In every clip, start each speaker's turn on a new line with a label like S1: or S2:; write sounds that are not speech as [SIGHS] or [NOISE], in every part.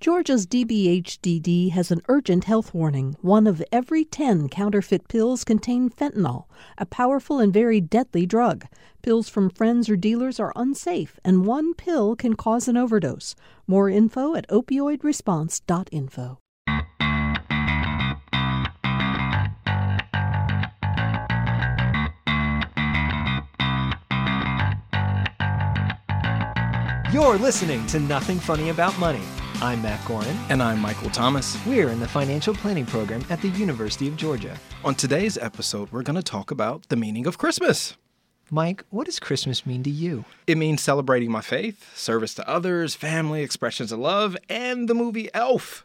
S1: Georgia's DBHDD has an urgent health warning. One of every 10 counterfeit pills contain fentanyl, a powerful and very deadly drug. Pills from friends or dealers are unsafe, and one pill can cause an overdose. More info at opioidresponse.info.
S2: You're listening to Nothing Funny About Money. I'm Matt Gorin.
S3: And I'm Michael Thomas.
S2: We're in the financial planning program at the University of Georgia.
S3: On today's episode, we're going to talk about the meaning of Christmas.
S2: Mike, what does Christmas mean to you?
S3: It means celebrating my faith, service to others, family, expressions of love, and the movie Elf.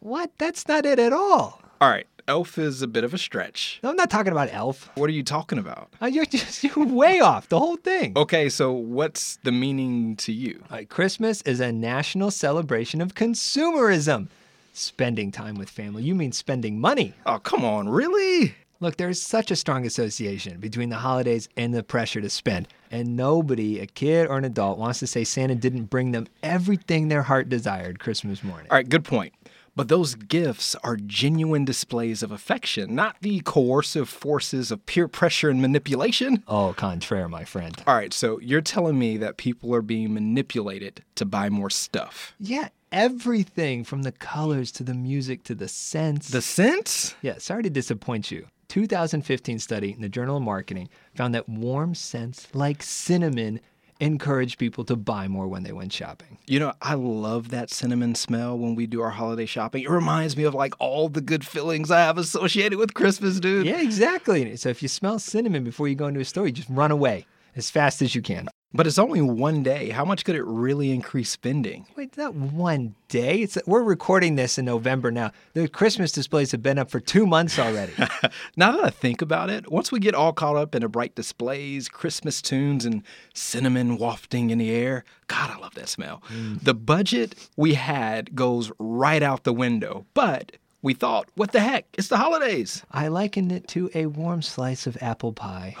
S2: What? That's not it at all.
S3: All right, Elf is a bit of a stretch.
S2: No, I'm not talking about Elf.
S3: What are you talking about?
S2: Uh, You're just [LAUGHS] you're way off the whole thing.
S3: Okay, so what's the meaning to you?
S2: Oh. All right, Christmas is a national celebration of consumerism. Spending time with family. You mean spending money.
S3: Oh, come on, really?
S2: Look, there is such a strong association between the holidays and the pressure to spend. And nobody, a kid or an adult, wants to say Santa didn't bring them everything their heart desired Christmas morning.
S3: All right, good point. But those gifts are genuine displays of affection, not the coercive forces of peer pressure and manipulation.
S2: Oh, contraire, my friend.
S3: All right, so you're telling me that people are being manipulated to buy more stuff.
S2: Yeah, everything from the colors to the music to the scents.
S3: The sense?
S2: yeah, sorry to disappoint you. 2015 study in the Journal of Marketing found that warm scents like cinnamon encourage people to buy more when they went shopping.
S3: You know, I love that cinnamon smell when we do our holiday shopping. It reminds me of like all the good feelings I have associated with Christmas, dude.
S2: Yeah, exactly. So if you smell cinnamon before you go into a store, you just run away as fast as you can.
S3: But it's only one day. How much could it really increase spending?
S2: Wait, not one day. It's we're recording this in November now. The Christmas displays have been up for two months already.
S3: Now that I think about it, once we get all caught up in the bright displays, Christmas tunes, and cinnamon wafting in the air, God, I love that smell.
S2: Mm.
S3: The budget we had goes right out the window. But we thought, what the heck? It's the holidays.
S2: I likened it to a warm slice of apple pie.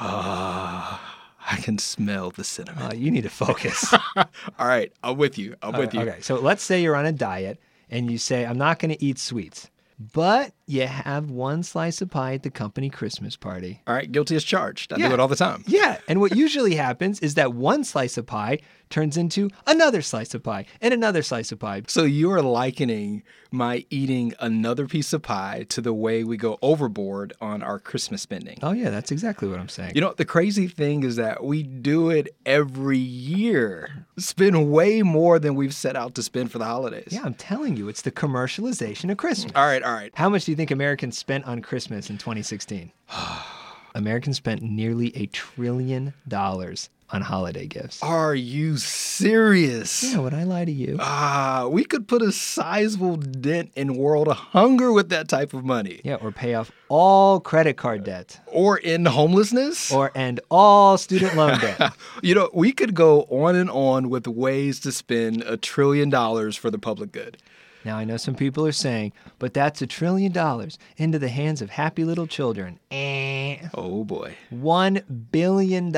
S3: I can smell the cinnamon.
S2: Uh, you need to
S3: [LAUGHS]
S2: focus.
S3: all right, I'm with you. I'm with you.
S2: Okay, so let's say you're on a diet and you say, I'm not going to eat sweets, but you have one slice of pie at the company Christmas party.
S3: All right, guilty as charged. I
S2: Yeah.
S3: do it all the time.
S2: Yeah, and what usually happens is that one slice of pie turns into another slice of pie and another slice of pie.
S3: So you're likening my eating another piece of pie to the way we go overboard on our Christmas spending.
S2: Oh, yeah, that's exactly what I'm saying.
S3: You know, the crazy thing is that we do it every year. Spend way more than we've set out to spend for the holidays.
S2: yeah, I'm telling you, it's the commercialization of Christmas.
S3: All right, all right.
S2: How much do you think Americans spent on Christmas in 2016? Americans spent nearly a trillion dollars on holiday gifts.
S3: Are you serious?
S2: Yeah, would I lie to you?
S3: Ah, we could put a sizable dent in world hunger with that type of money.
S2: Yeah, or pay off all credit card debt
S3: Or in homelessness.
S2: or end all student loan debt.
S3: you know, we could go on and on with ways to spend a trillion dollars for the public good.
S2: Now, I know some people are saying, but that's a trillion dollars into the hands of happy little children. Eh.
S3: Oh boy.
S2: $1 billion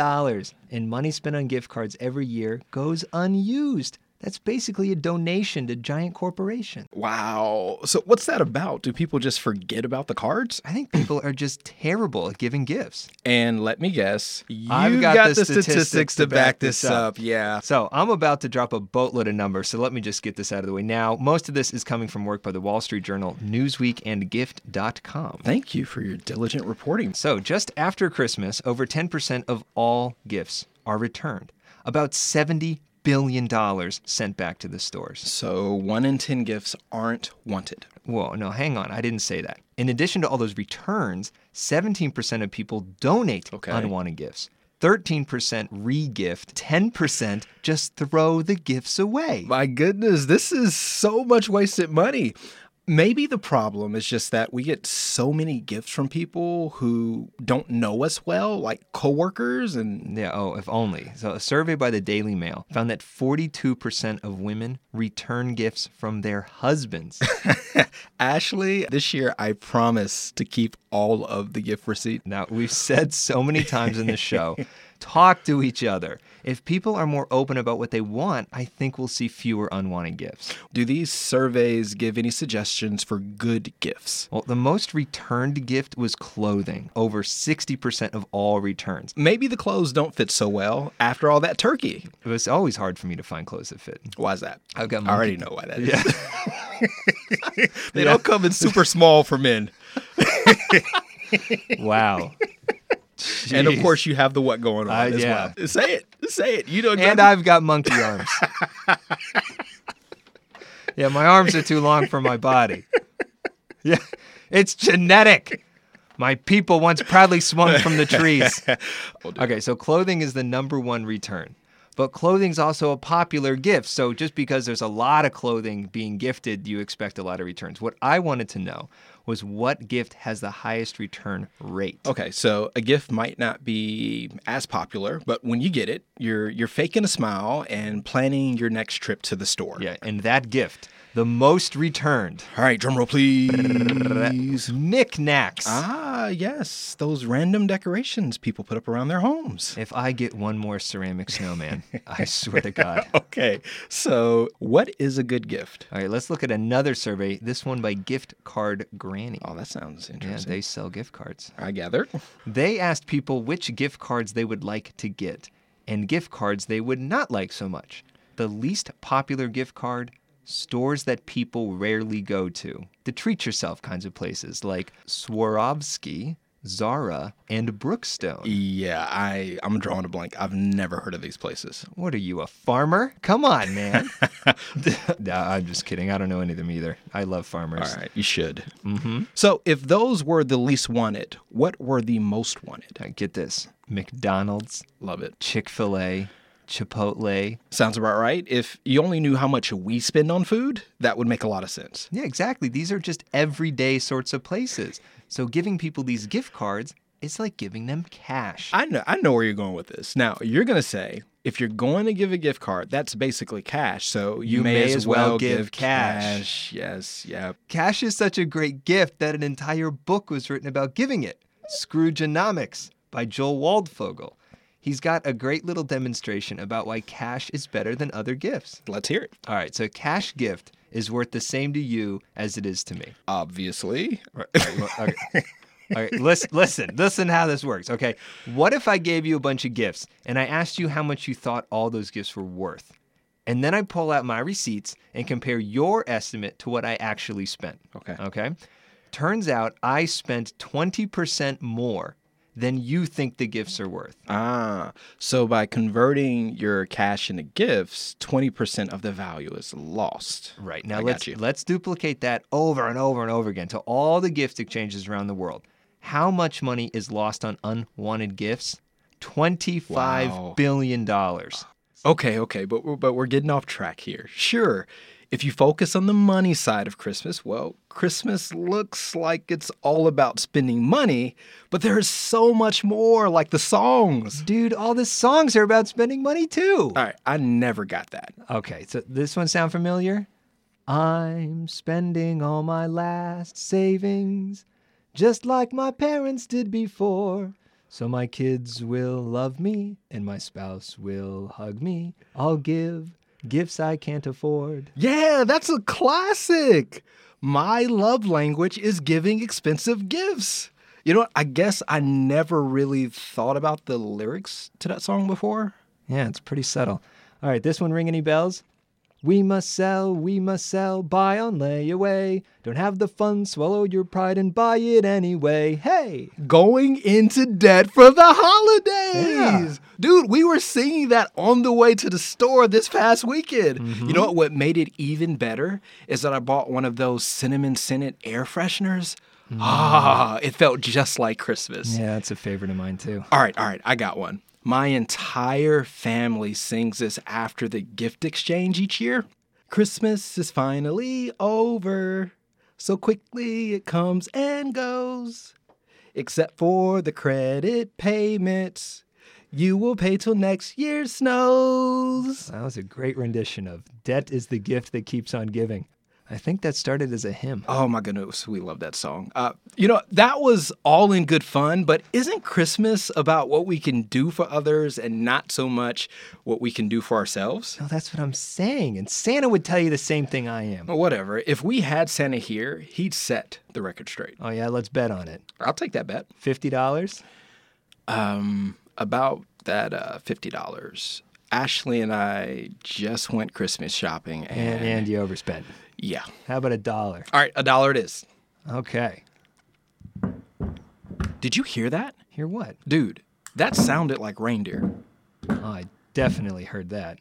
S2: in money spent on gift cards every year goes unused. That's basically a donation to giant corporations.
S3: Wow. So what's that about? Do people just forget about the cards?
S2: I think people are just terrible at giving gifts.
S3: And let me guess, you've
S2: I've got
S3: got,
S2: the
S3: the statistics,
S2: statistics
S3: to back this up. Yeah.
S2: So I'm about to drop a boatload of numbers, so let me just get this out of the way now. Most of this is coming from work by the Wall Street Journal, Newsweek, and Gift.com.
S3: Thank you for your diligent reporting.
S2: So just after Christmas, over 10% of all gifts are returned. About $70 billion sent back to the stores.
S3: So one in 10 gifts aren't wanted.
S2: Whoa, no, hang on. I didn't say that. In addition to all those returns, 17% of people donate
S3: Okay.
S2: unwanted gifts. 13% re gift, 10% just throw the gifts away.
S3: My goodness, this is so much wasted money. Maybe the problem is just that we get so many gifts from people who don't know us well, like coworkers and
S2: Yeah, oh, if only. So, a survey by the Daily Mail found that 42% of women return gifts from their husbands.
S3: Ashley, this year I promise to keep all of the gift receipt.
S2: [LAUGHS] now, we've said so many times in the show Talk to each other. If people are more open about what they want, I think we'll see fewer unwanted gifts.
S3: Do these surveys give any suggestions for good gifts?
S2: Well, the most returned gift was clothing, over 60% of all returns.
S3: Maybe the clothes don't fit so well after all that turkey.
S2: It was always hard for me to find clothes that fit.
S3: Why's that?
S2: I've got
S3: I
S2: monkey-
S3: already know why that is.
S2: Yeah.
S3: [LAUGHS] They don't come in super small for men.
S2: [LAUGHS] wow.
S3: And of
S2: Jeez.
S3: course, you have the what going on
S2: Uh,
S3: as
S2: yeah.
S3: well. Say it. Say it. You know exactly.
S2: and I've got monkey arms. yeah, my arms are too long for my body. Yeah, it's genetic. My people once proudly swung from the trees. Okay, so clothing is the number one return. But clothing's also a popular gift. So just because there's a lot of clothing being gifted, you expect a lot of returns. What I wanted to know was what gift has the highest return rate?
S3: Okay, so a gift might not be as popular, but when you get it, you're you're faking a smile and planning your next trip to the store.
S2: Yeah, and that gift, the most returned,
S3: All right, drum
S2: [LAUGHS]
S3: roll, please.
S2: knickknacks.
S3: ah, yes, those random decorations people put up around their homes.
S2: If I get one more ceramic
S3: [LAUGHS]
S2: snowman, I swear to God.
S3: Oh. Okay, so what is a good gift?
S2: All right, let's look at another survey. This one by Gift Card Granny.
S3: Oh, that sounds
S2: Yeah,
S3: interesting.
S2: they sell gift cards.
S3: I gathered.
S2: They asked people which gift cards they would like to get and gift cards they would not like so much. The least popular gift card stores that people rarely go to. The treat yourself kinds of places like Swarovski, Zara, and Brookstone.
S3: Yeah, I I'm drawing a blank. I've never heard of these places.
S2: What are you, a farmer? Come on, man.
S3: [LAUGHS]
S2: no, I'm just kidding. I don't know any of them either. I love farmers.
S3: All right, you should. Mm-hmm. So, if those were the least wanted, what were the most wanted?
S2: All right, get this McDonald's,
S3: Love it.
S2: Chick fil A, Chipotle.
S3: Sounds about right. If you only knew how much we spend on food, that would make a lot of sense.
S2: Yeah, exactly. These are just everyday sorts of places. So giving people these gift cards, it's like giving them cash.
S3: I know I know where you're going with this. Now, you're going to say if you're going to give a gift card, that's basically cash. So, you,
S2: You
S3: may, as well, give,
S2: cash.
S3: cash. Yes, yeah.
S2: Cash is such a great gift that an entire book was written about giving it Scroogeonomics by Joel Waldfogel. He's got a great little demonstration about why cash is better than other gifts.
S3: Let's hear it.
S2: All right, so cash gift is worth the same to you as it is to me.
S3: Obviously.
S2: okay. All right, listen, listen, listen how this works. Okay. What if I gave you a bunch of gifts and I asked you how much you thought all those gifts were worth? And then I pull out my receipts and compare your estimate to what I actually spent.
S3: Okay.
S2: Okay. Turns out I spent 20% more than you think the gifts are worth.
S3: Ah, so by converting your cash into gifts, 20% of the value is lost.
S2: Right.
S3: I
S2: Now
S3: got
S2: let's
S3: you.
S2: let's duplicate that over and over and over again to all the gift exchanges around the world. How much money is lost on unwanted gifts? Twenty-five billion
S3: Wow.
S2: dollars.
S3: Okay, okay, but we're- but we're getting off track here. Sure. If you focus on the money side of Christmas, well, Christmas looks like it's all about spending money, but there is so much more like the songs.
S2: Dude, all the songs are about spending money too.
S3: All right, I never got that.
S2: Okay, so this one sound familiar? I'm spending all my last savings just like my parents did before. So my kids will love me and my spouse will hug me. I'll give gifts I can't afford.
S3: Yeah, that's a classic. My love language is giving expensive gifts. You know what? I guess I never really thought about the lyrics to that song before.
S2: Yeah, it's pretty subtle. All right, this one ring any bells? We must sell, we must sell, buy on layaway. Don't have the fun, swallow your pride and buy it anyway. Hey!
S3: Going into debt for the holidays. Dude, we were singing that on the way to the store this past weekend. You know what? What made it even better is that I bought one of those cinnamon scented air fresheners. Ah, it felt just like Christmas.
S2: Yeah, that's a favorite of mine too.
S3: All right, all right, I got one. My entire family sings this after the gift exchange each year. Christmas is finally over. So quickly it comes and goes. Except for the credit payments. You will pay till next year snows.
S2: That was a great rendition of Debt is the Gift That Keeps on Giving. I think that started as a hymn.
S3: Oh my goodness, we love that song. Uh, you know, that was all in good fun, but isn't Christmas about what we can do for others and not so much what we can do for ourselves?
S2: No, that's what I'm saying. And Santa would tell you the same thing I am.
S3: Well, whatever. If we had Santa here, he'd set the record straight.
S2: Oh, yeah, let's bet on it.
S3: I'll take that bet.
S2: $50?
S3: Um, about that uh, $50. Ashley and I just went Christmas shopping
S2: And,
S3: and,
S2: and you overspent.
S3: yeah.
S2: How about a dollar?
S3: All right, a dollar it is.
S2: Okay.
S3: Did you hear that?
S2: Hear what?
S3: Dude, that sounded like reindeer.
S2: Oh, I definitely heard that.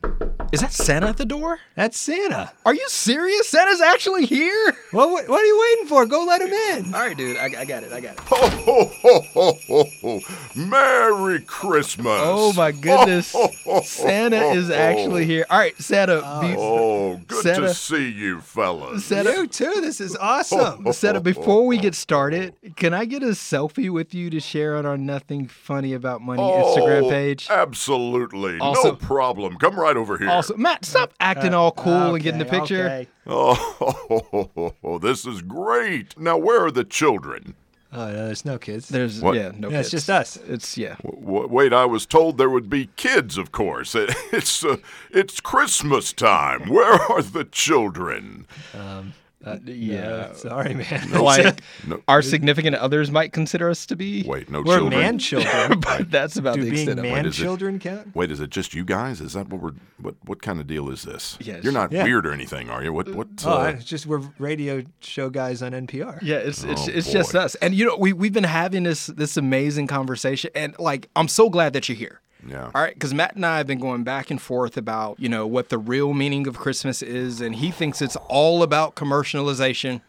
S3: Is that Santa at the door?
S2: That's Santa.
S3: Are you serious? Santa's actually here?
S2: Well, what, what are you waiting for? Go let him in.
S3: All right, dude. I, I got it. I got it.
S4: Ho, ho, ho, ho, ho. Merry Christmas.
S3: Oh my goodness. [LAUGHS] Santa is actually here. All right, Santa. Be-
S4: Oh, good
S3: Santa-
S4: to see you, fellas.
S3: Santa,
S2: You too. This is
S3: [LAUGHS]
S2: awesome.
S3: Santa, before we get started, can I get a selfie with you to share on our Nothing Funny About Money Instagram
S4: Oh,
S3: page?
S2: Uh,
S4: Absolutely.
S3: Also-
S4: no problem. Come right over here.
S3: Also, Matt, stop acting all cool and get in the
S2: uh, Okay,
S3: picture.
S2: okay.
S4: Oh, [LAUGHS] ho, ho, ho, ho. this is great. Now, where are the children?
S2: Oh, no, there's no kids.
S3: There's
S4: What?
S3: yeah, no.
S2: Yeah, it's
S3: kids.
S2: just us.
S3: It's yeah.
S4: W- wait, I was told there would be kids, of course. [LAUGHS] it's, uh, it's Christmas time. Where are the children?
S3: Uh,
S2: [LAUGHS]
S3: yeah.
S2: Uh, Sorry,
S3: [LAUGHS]
S2: man.
S3: Like
S4: [LAUGHS] No.
S3: our significant others might consider us to be.
S4: Wait,
S3: [LAUGHS]
S4: no
S2: We're
S4: children.
S2: man children.
S3: but that's about
S2: Do
S3: the
S2: being
S3: extent of it.
S2: man
S4: is it?
S2: children count?
S4: Wait, is it just you guys? Is that what we're what what kind of deal is this?
S3: Yes.
S4: You're not
S2: Yeah.
S4: weird or anything, are you? What what
S2: Oh,
S4: uh,
S2: I- it's just we're radio show guys on NPR.
S3: Yeah, it's it's
S4: Oh,
S3: it's just
S4: boy.
S3: us. And you know, we we've been having this this amazing conversation and like I'm so glad that you're here.
S4: Yeah.
S3: All right, because Matt and I have been going back and forth about, you know, what the real meaning of Christmas is, and he thinks it's all about commercialization.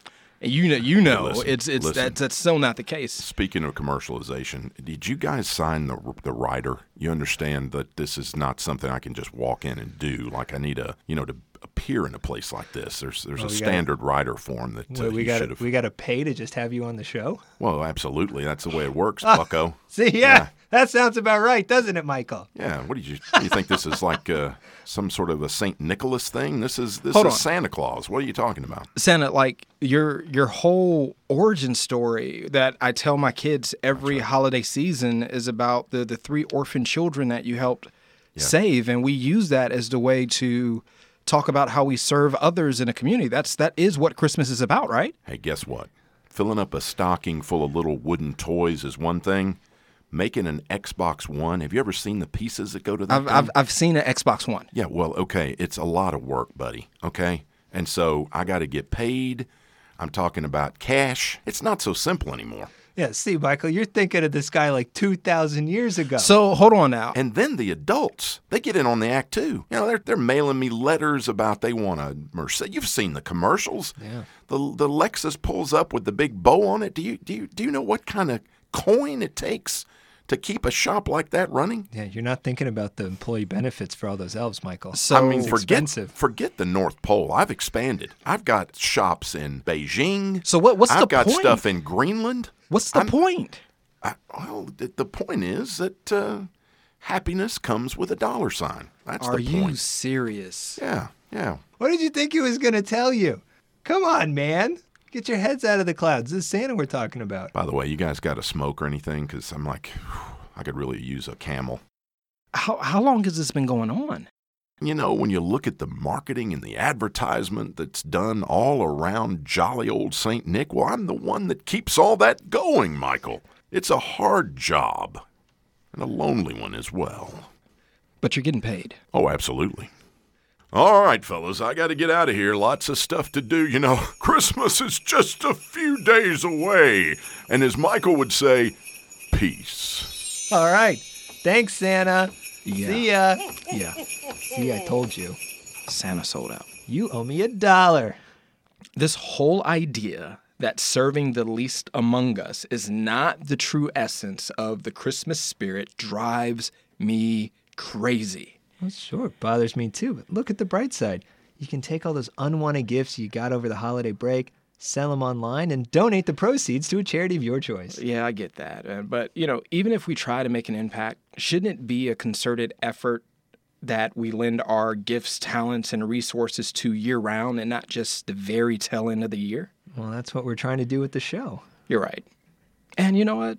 S3: And you know you know
S4: listen,
S3: it's it's
S4: listen.
S3: that's that's still not the case.
S4: Speaking of commercialization, did you guys sign the the rider? You understand that this is not something I can just walk in and do. Like I need a you know to appear in a place like this. There's there's
S2: we
S4: a
S2: gotta-
S4: standard rider form that uh,
S2: Wait, we
S4: you
S2: got
S4: should have.
S2: we got to pay to just have you on the show. [LAUGHS]
S4: Well, absolutely, that's the way it works,
S2: Ah.
S4: Bucko.
S2: See, yeah,
S4: Yeah.
S2: that sounds about right, doesn't it, Michael?
S4: Yeah. What do you what do you think this is like? Uh, some sort of a Saint Nicholas thing? This is this
S3: Hold
S4: is
S3: on.
S4: Santa Claus. What are you talking about?
S3: Santa, like your your whole origin story that I tell my kids every holiday season is about the the three orphan children that you helped save, and we use that as the way to talk about how we serve others in a community. That's that is what Christmas is about, right?
S4: Hey, guess what? Filling up a stocking full of little wooden toys is one thing. Making an Xbox One, have you ever seen the pieces that go to that?
S3: I've
S4: thing?
S3: I've, I've seen an Xbox One.
S4: yeah, well, okay, it's a lot of work, buddy, okay? And so I got to get paid. I'm talking about cash. It's not so simple anymore.
S2: Yeah. See, Michael, you're thinking of this guy like two thousand years ago.
S3: So hold on now.
S4: And then the adults, they get in on the act too. You know, they're, they're mailing me letters about they want a Mercedes. You've seen the commercials. Yeah. The the Lexus pulls up with the big bow on it. Do you do you do you know what kind of coin it takes to keep a shop like that running?
S2: yeah, you're not thinking about the employee benefits for all those elves, Michael.
S3: So
S4: I mean, forget
S2: expensive.
S4: forget the North Pole. I've expanded. I've got shops in Beijing.
S3: So what- what's
S4: I've
S3: the
S4: got
S3: point?
S4: stuff in Greenland.
S3: What's the
S4: I'm-
S3: point?
S4: I, well, th- the point is that uh, happiness comes with a dollar sign. That's
S3: Are
S4: the
S3: you
S4: point.
S3: serious?
S4: Yeah, yeah.
S2: what did you think he was going to tell you? Come on, man, get your heads out of the clouds. This is Santa we're talking about.
S4: By the way, you guys got a smoke or anything? Because I'm like, whew, I could really use a camel.
S3: How how long has this been going on?
S4: You know, when you look at the marketing and the advertisement that's done all around jolly old St. Nick, well, I'm the one that keeps all that going, Michael. It's a hard job and a lonely one as well.
S3: But you're getting paid.
S4: Oh, absolutely. All right, fellas, I got to get out of here. Lots of stuff to do. You know, [LAUGHS] Christmas is just a few days away. And as Michael would say, peace.
S2: All right. Thanks, Santa.
S3: Yeah.
S2: See ya.
S3: Yeah.
S2: See, I told you.
S3: Santa sold out.
S2: You owe me a dollar.
S3: this whole idea that serving the least among us is not the true essence of the Christmas spirit drives me crazy.
S2: Well, sure, it bothers me too. But look at the bright side. You can take all those unwanted gifts you got over the holiday break, sell them online, and donate the proceeds to a charity of your choice.
S3: Yeah, I get that. Uh, But, you know, even if we try to make an impact, shouldn't it be a concerted effort that we lend our gifts, talents, and resources to year round and not just the very tail end of the year?
S2: Well, that's what we're trying to do with the show.
S3: You're right. And you know what?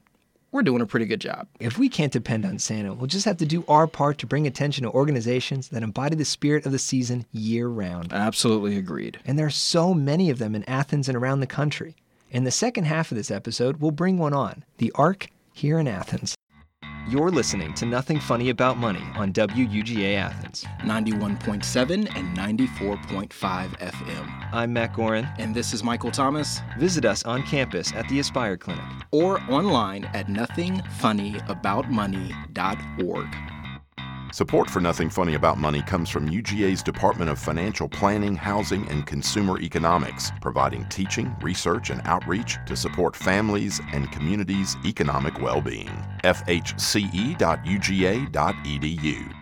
S3: We're doing a pretty good job.
S2: If we can't depend on Santa, we'll just have to do our part to bring attention to organizations that embody the spirit of the season year round.
S3: Absolutely agreed.
S2: And there are so many of them in Athens and around the country. In the second half of this episode, we'll bring one on the Ark here in Athens. You're listening to Nothing Funny About Money on WUGA Athens.
S3: 91.7 and 94.5 FM.
S2: I'm Matt Gorin.
S3: And this is Michael Thomas,
S2: Visit us on campus at the Aspire Clinic.
S3: or online at nothingfunnyaboutmoney.org.
S4: Support for Nothing Funny About Money comes from UGA's Department of Financial Planning, Housing, and Consumer Economics, providing teaching, research, and outreach to support families and communities' economic well being. E FHCE.uga.edu.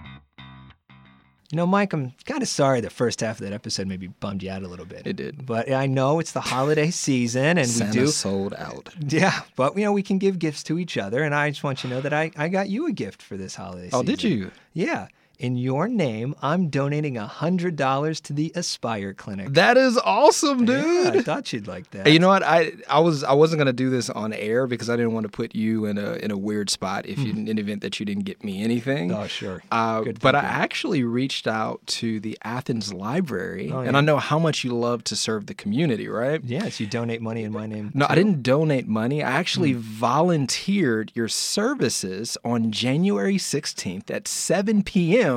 S2: You know, Mike, I'm kind of sorry the first half of that episode maybe bummed you out a little bit.
S3: It did.
S2: But I know it's the holiday season and we
S3: Santa
S2: do.
S3: sold out.
S2: Yeah, but you know, we can give gifts to each other. And I just want you to know that I, I got you a gift for this holiday season.
S3: Oh, did you?
S2: Yeah. In your name, I'm donating $100 to the Aspire Clinic.
S3: That is awesome,
S2: Yeah,
S3: dude.
S2: I thought you'd like that.
S3: Hey, you know what? I I was I wasn't gonna do this on air because I didn't want to put you in a in a weird spot if you in the event that you didn't get me anything.
S2: Oh, sure.
S3: Uh,
S2: Good
S3: but I
S2: thinking.
S3: actually reached out to the Athens Library,
S2: Oh,
S3: and
S2: yeah.
S3: I know how much you love to serve the community, right?
S2: Yes, you donate money in my name.
S3: No, I
S2: too.
S3: didn't donate money. I actually volunteered your services on January 16th at 7 p.m.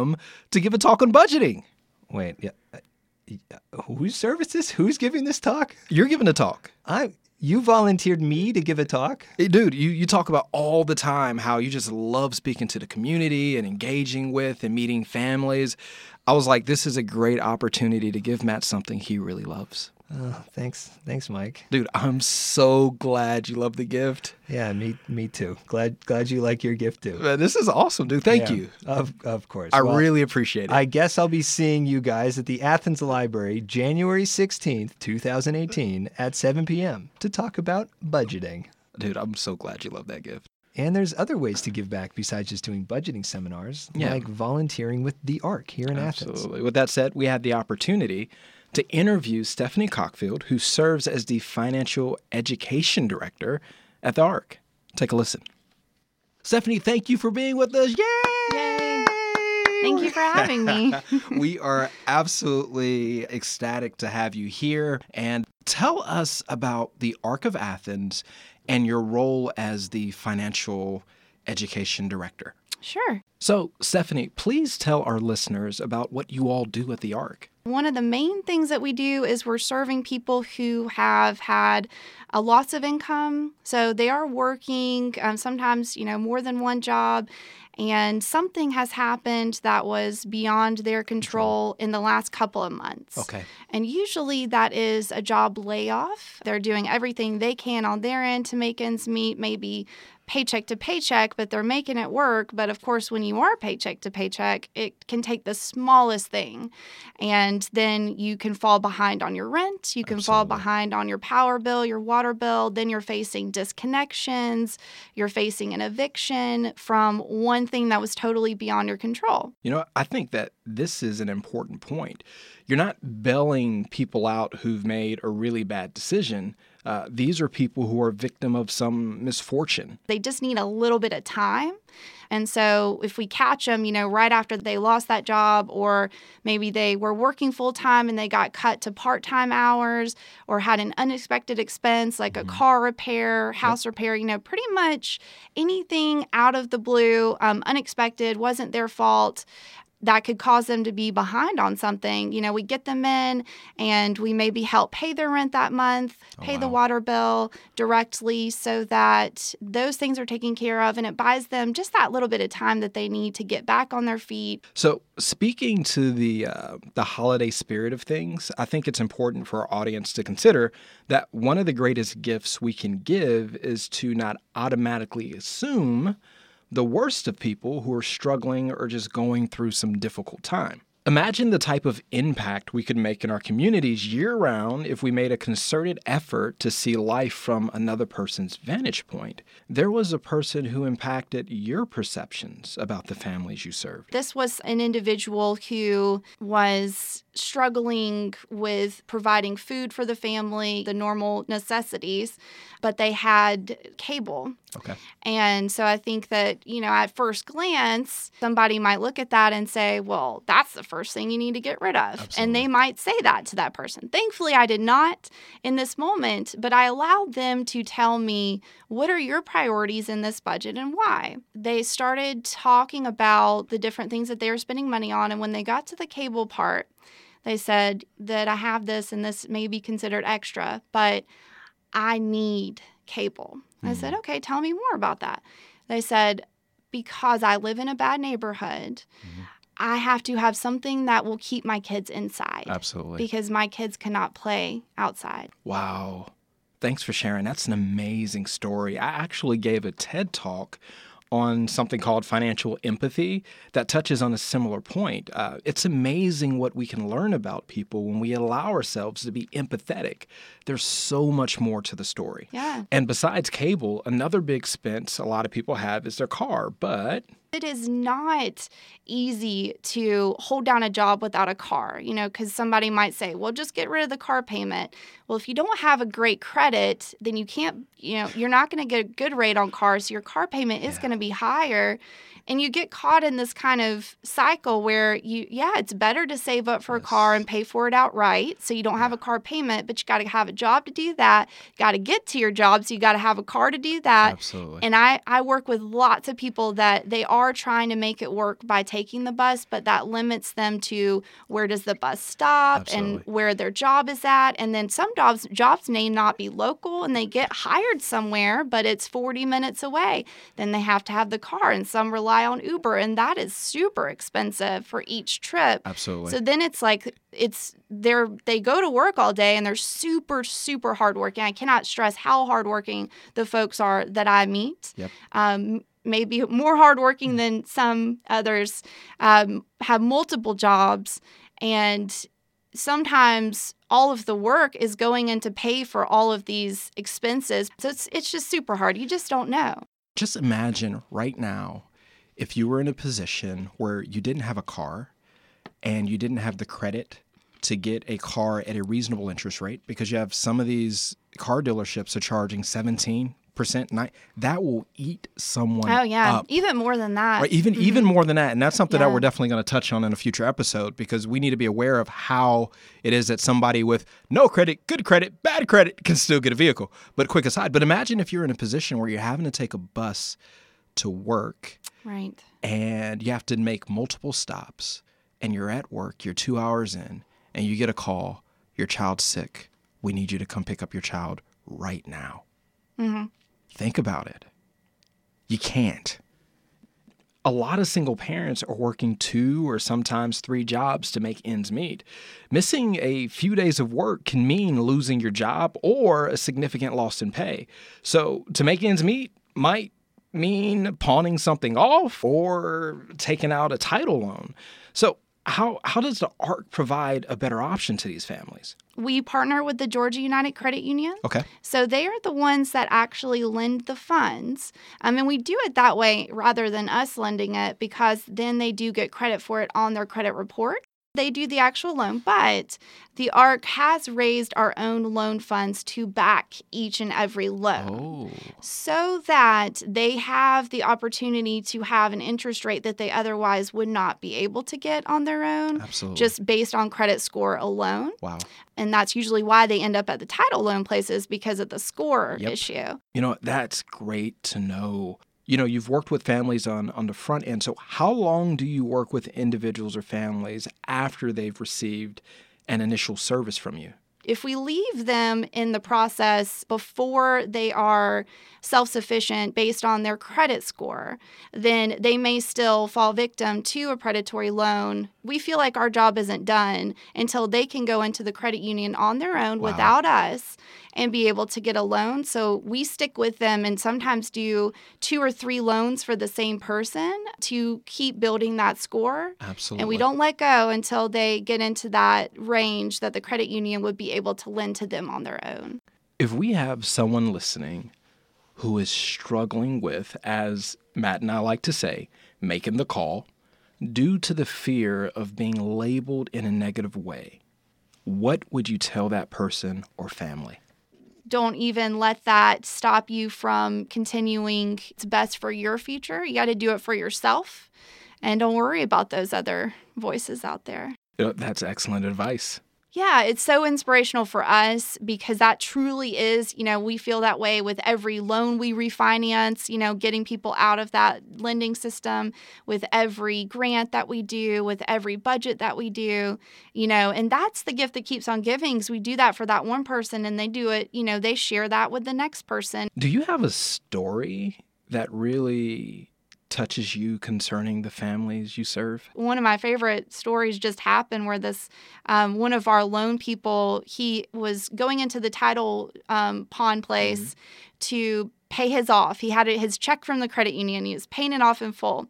S3: to give a talk on budgeting.
S2: Wait. Yeah. uh, uh, Whose services? Who's giving this talk?
S3: You're giving a talk.
S2: I. You volunteered me to give a talk.
S3: Hey, dude, you, you talk about all the time how you just love speaking to the community and engaging with and meeting families. I was like, this is a great opportunity to give Matt something he really loves.
S2: Oh, thanks, thanks, Mike.
S3: Dude, I'm so glad you love the gift.
S2: Yeah, me, me too. Glad, glad you like your gift too.
S3: Man, This is awesome, dude. Thank
S2: Yeah,
S3: you.
S2: Of, of course.
S3: I
S2: Well,
S3: really appreciate it.
S2: I guess I'll be seeing you guys at the Athens Library January 16th, 2018 at 7 p.m. to talk about budgeting.
S3: dude, I'm so glad you love that gift.
S2: And there's other ways to give back besides just doing budgeting seminars,
S3: Yeah.
S2: like volunteering with the ARC here in Athens.
S3: Absolutely. With that said, we had the opportunity to interview Stephanie Cockfield, who serves as the financial education director at the ARC. Take a listen. Stephanie, thank you for being with us. Yay!
S5: Thank you for having me.
S3: [LAUGHS] we are absolutely ecstatic to have you here. And tell us about the ARC of Athens and your role as the financial education director.
S5: sure.
S3: So, Stephanie, please tell our listeners about what you all do at the ARC.
S5: One of the main things that we do is we're serving people who have had a loss of income. So they are working, um, sometimes, you know, more than one job, and something has happened that was beyond their control in the last couple of months.
S3: Okay.
S5: And usually that is a job layoff. They're doing everything they can on their end to make ends meet, maybe paycheck to paycheck, but they're making it work. But of course, when you are paycheck to paycheck, it can take the smallest thing. And then you can fall behind on your rent, you can fall behind on your power bill, your water bill. Then you're facing disconnections, you're facing an eviction from one thing that was totally beyond your control.
S3: You know, I think that this is an important point. You're not bailing people out who've made a really bad decision. Uh, these are people who are victim of some misfortune.
S5: They just need a little bit of time. And so if we catch them, you know, right after they lost that job, or maybe they were working full time and they got cut to part time hours, or had an unexpected expense like a car repair, house repair, you know, pretty much anything out of the blue, um, unexpected, wasn't their fault. That could cause them to be behind on something. You know, we get them in and we maybe help pay their rent that month, pay the water bill directly so that those things are taken care of and it buys them just that little bit of time that they need to get back on their feet.
S3: So, speaking to the uh, the holiday spirit of things, I think it's important for our audience to consider that one of the greatest gifts we can give is to not automatically assume the worst of people who are struggling or just going through some difficult time. Imagine the type of impact we could make in our communities year round if we made a concerted effort to see life from another person's vantage point. There was a person who impacted your perceptions about the families you served.
S5: This was an individual who was struggling with providing food for the family, the normal necessities, but they had cable.
S3: Okay.
S5: And so I think that, you know, at first glance, somebody might look at that and say, well, that's the first thing you need to get rid of. And they might say that to that person. Thankfully, I did not in this moment, but I allowed them to tell me, what are your priorities in this budget and why? They started talking about the different things that they were spending money on. And when they got to the cable part, they said that I have this and this may be considered extra, but I need cable. I said, okay, tell me more about that. They said, because I live in a bad neighborhood, I have to have something that will keep my kids inside
S3: Absolutely.
S5: because my kids cannot play outside.
S3: Wow. Thanks for sharing. That's an amazing story. I actually gave a TED talk on something called financial empathy that touches on a similar point. Uh, it's amazing what we can learn about people when we allow ourselves to be empathetic. There's so much more to the story.
S5: Yeah.
S3: And besides cable, another big expense a lot of people have is their car, but
S5: It is not easy to hold down a job without a car, you know, because somebody might say, well, just get rid of the car payment. Well, if you don't have a great credit, then you can't, you know, you're not going to get a good rate on cars. So your car payment is going to be higher. And you get caught in this kind of cycle where you, yeah, it's better to save up for a car and pay for it outright. So you don't have a car payment, but you got to have a job to do that. Got to get to your job. So you got to have a car to do that.
S2: Absolutely.
S5: Uh, And I, I work with lots of people that they are trying to make it work by taking the bus, but that limits them to where does the bus stop and
S2: Absolutely.
S5: where their job is at. And then some jobs jobs may not be local and they get hired somewhere, but it's 40 minutes away. Then they have to have the car and some rely on Uber and that is super expensive for each trip.
S2: Absolutely.
S5: So then it's like it's they're they go to work all day and they're super super hardworking. I cannot stress how hardworking the folks are that I meet.
S2: Yep.
S5: Um, maybe more hardworking than some others. Um, have multiple jobs and sometimes all of the work is going in to pay for all of these expenses. So it's it's just super hard. You just don't know.
S3: just imagine right now if you were in a position where you didn't have a car and you didn't have the credit to get a car at a reasonable interest rate because you have some of these car dealerships are charging 17% nine, that will eat someone
S5: Oh yeah,
S3: up.
S5: even more than that.
S3: Hmm. Right, even even more than that, and that's something that
S5: Yeah.
S3: we're definitely going to touch on in a future episode because we need to be aware of how it is that somebody with no credit, good credit, bad credit can still get a vehicle. But quick aside, but imagine if you're in a position where you're having to take a bus to work
S5: Right.
S3: and you have to make multiple stops, and you're at work, you're two hours in, and you get a call, your child's sick, we need you to come pick up your child right now. Think about it. You can't. A lot of single parents are working two or sometimes three jobs to make ends meet. Missing a few days of work can mean losing your job or a significant loss in pay. So, to make ends meet might mean pawning something off or taking out a title loan. So, how, how does the ARC provide a better option to these families?
S5: We partner with the Georgia United Credit Union.
S3: Okay.
S5: So they are the ones that actually lend the funds. I mean, we do it that way rather than us lending it because then they do get credit for it on their credit report. They do the actual loan, but the ARC has raised our own loan funds to back each and every loan
S2: oh,
S5: so that they have the opportunity to have an interest rate that they otherwise would not be able to get on their own
S3: Absolutely.
S5: just based on credit score alone.
S3: wow.
S5: And that's usually why they end up at the title loan places because of the score
S3: Yep.
S5: issue.
S3: You know, that's great to know. You know, you've worked with families on, on the front end. So, how long do you work with individuals or families after they've received an initial service from you?
S5: if we leave them in the process before they are self sufficient based on their credit score, then they may still fall victim to a predatory loan. We feel like our job isn't done until they can go into the credit union on their own
S3: Wow.
S5: without us and be able to get a loan. So we stick with them and sometimes do two or three loans for the same person to keep building that score.
S3: Absolutely.
S5: And we don't let go until they get into that range that the credit union would be able to lend to them on their own.
S3: If we have someone listening who is struggling with, as Matt and I like to say, making the call due to the fear of being labeled in a negative way, what would you tell that person or family?
S5: Don't even let that stop you from continuing. It's best for your future. You got to do it for yourself. And don't worry about those other voices out there.
S3: Uh, That's excellent advice.
S5: Yeah, it's so inspirational for us because that truly is, you know, we feel that way with every loan we refinance, you know, getting people out of that lending system, with every grant that we do, with every budget that we do, you know, and that's the gift that keeps on giving. Is we do that for that one person and they do it, you know, they share that with the next person.
S3: Do you have a story that really touches you concerning the families you serve?
S5: one of my favorite stories just happened where this um, one of our loan people he was going into the title um,
S2: Mm-hmm.
S5: pawn place to pay his off he had his check from the credit union he was paying it off in full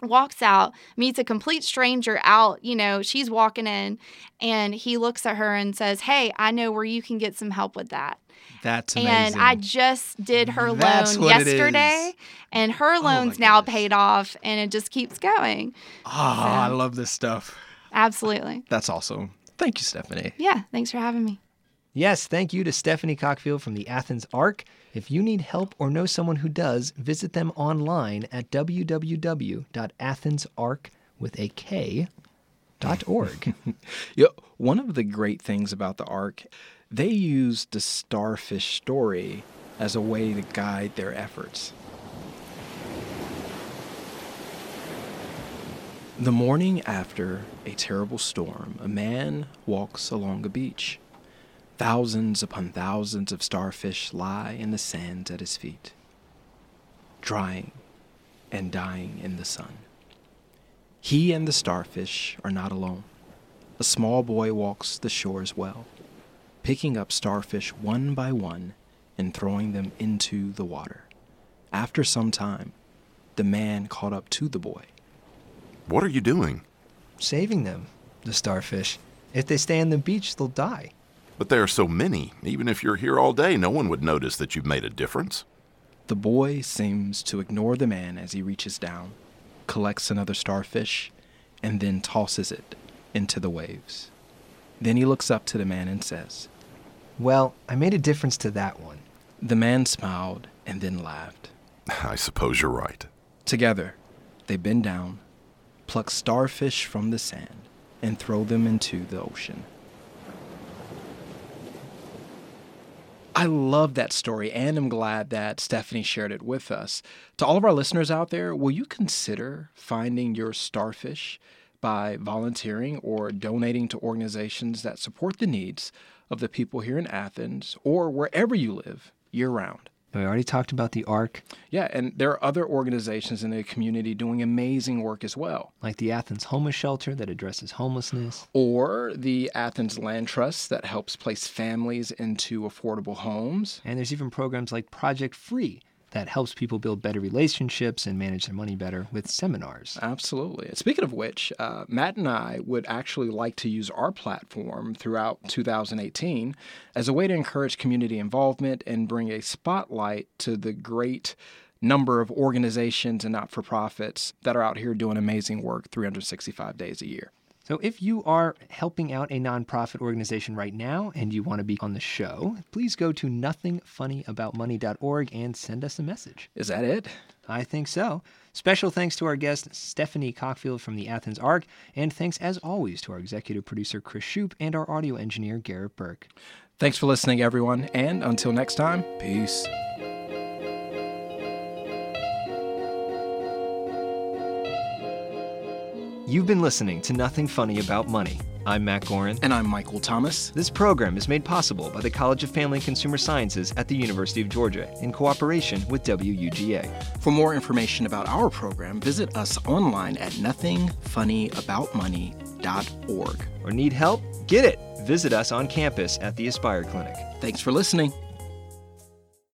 S5: walks out meets a complete stranger out you know she's walking in and he looks at her and says hey i know where you can get some help with that
S2: That's
S5: and I just did her
S2: That's
S5: loan
S2: what it
S5: yesterday,
S2: is. Oh
S5: and her
S2: my
S5: loan's now
S2: goodness.
S5: paid off, and it just keeps going.
S3: Ah, I love this stuff.
S5: Absolutely.
S3: That's awesome. Thank you, Stephanie.
S5: Yeah, thanks for having me.
S2: Yes, thank you to Stephanie Cockfield from the Athens Arc. If you need help or know someone who does, visit them online at www.athensarc with a K dot org.
S3: Yeah, one of the great things about the Ark, they use the starfish story as a way to guide their efforts. The morning after a terrible storm, a man walks along a beach. Thousands upon thousands of starfish lie in the sands at his feet, drying and dying in the sun. He and the starfish are not alone. A small boy walks the shore as well, picking up starfish one by one and throwing them into the water. After some time, the man caught up to the boy.
S4: What are you doing?
S2: Saving them, the starfish. If they stay on the beach, they'll die.
S4: But there are so many. Even if you're here all day, no one would notice that you've made a difference. [SIGHS]
S3: The boy seems to ignore the man as he reaches down, collects another starfish, and then tosses it into the waves. Then he looks up to the man and says,
S2: Well, I made a difference to that one.
S3: The man smiled and then laughed.
S4: I suppose you're right.
S3: Together, they bend down, pluck starfish from the sand, and throw them into the ocean. I love that story, and I'm glad that Stephanie shared it with us. To all of our listeners out there, will you consider finding your starfish by volunteering or donating to organizations that support the needs of the people here in Athens or wherever you live year round?
S2: We already talked about the Arc,
S3: Yeah, and there are other organizations in the community doing amazing work as well.
S2: like the Athens homeless shelter that addresses homelessness.
S3: Or the Athens Land Trust that helps place families into affordable homes.
S2: And there's even programs like Project Free that helps people build better relationships and manage their money better with seminars.
S3: Absolutely. Speaking of which, uh, Matt and I would actually like to use our platform throughout 2018 as a way to encourage community involvement and bring a spotlight to the great number of organizations and not for profits that are out here doing amazing work 365 days a year.
S2: So if you are helping out a nonprofit organization right now and you want to be on the show, please go to nothingfunnyaboutmoney.org and send us a message.
S3: Is that it?
S2: I think so. Special thanks to our guest, Stephanie Cockfield from the Athens Arc, and thanks as always to our executive producer, Chris Shoup, and our audio engineer, Garrett Burke.
S3: Thanks for listening, everyone. And until next time, peace.
S2: You've been listening to Nothing Funny About Money. I'm Matt Gorin.
S3: And I'm Michael Thomas.
S2: This program is made possible by the College of Family and Consumer Sciences at the University of Georgia in cooperation with WUGA.
S3: For more information about our program, visit us online at nothingfunnyaboutmoney.org.
S2: Or need help? Get it! Visit us on campus at the Aspire Clinic.
S3: Thanks for listening.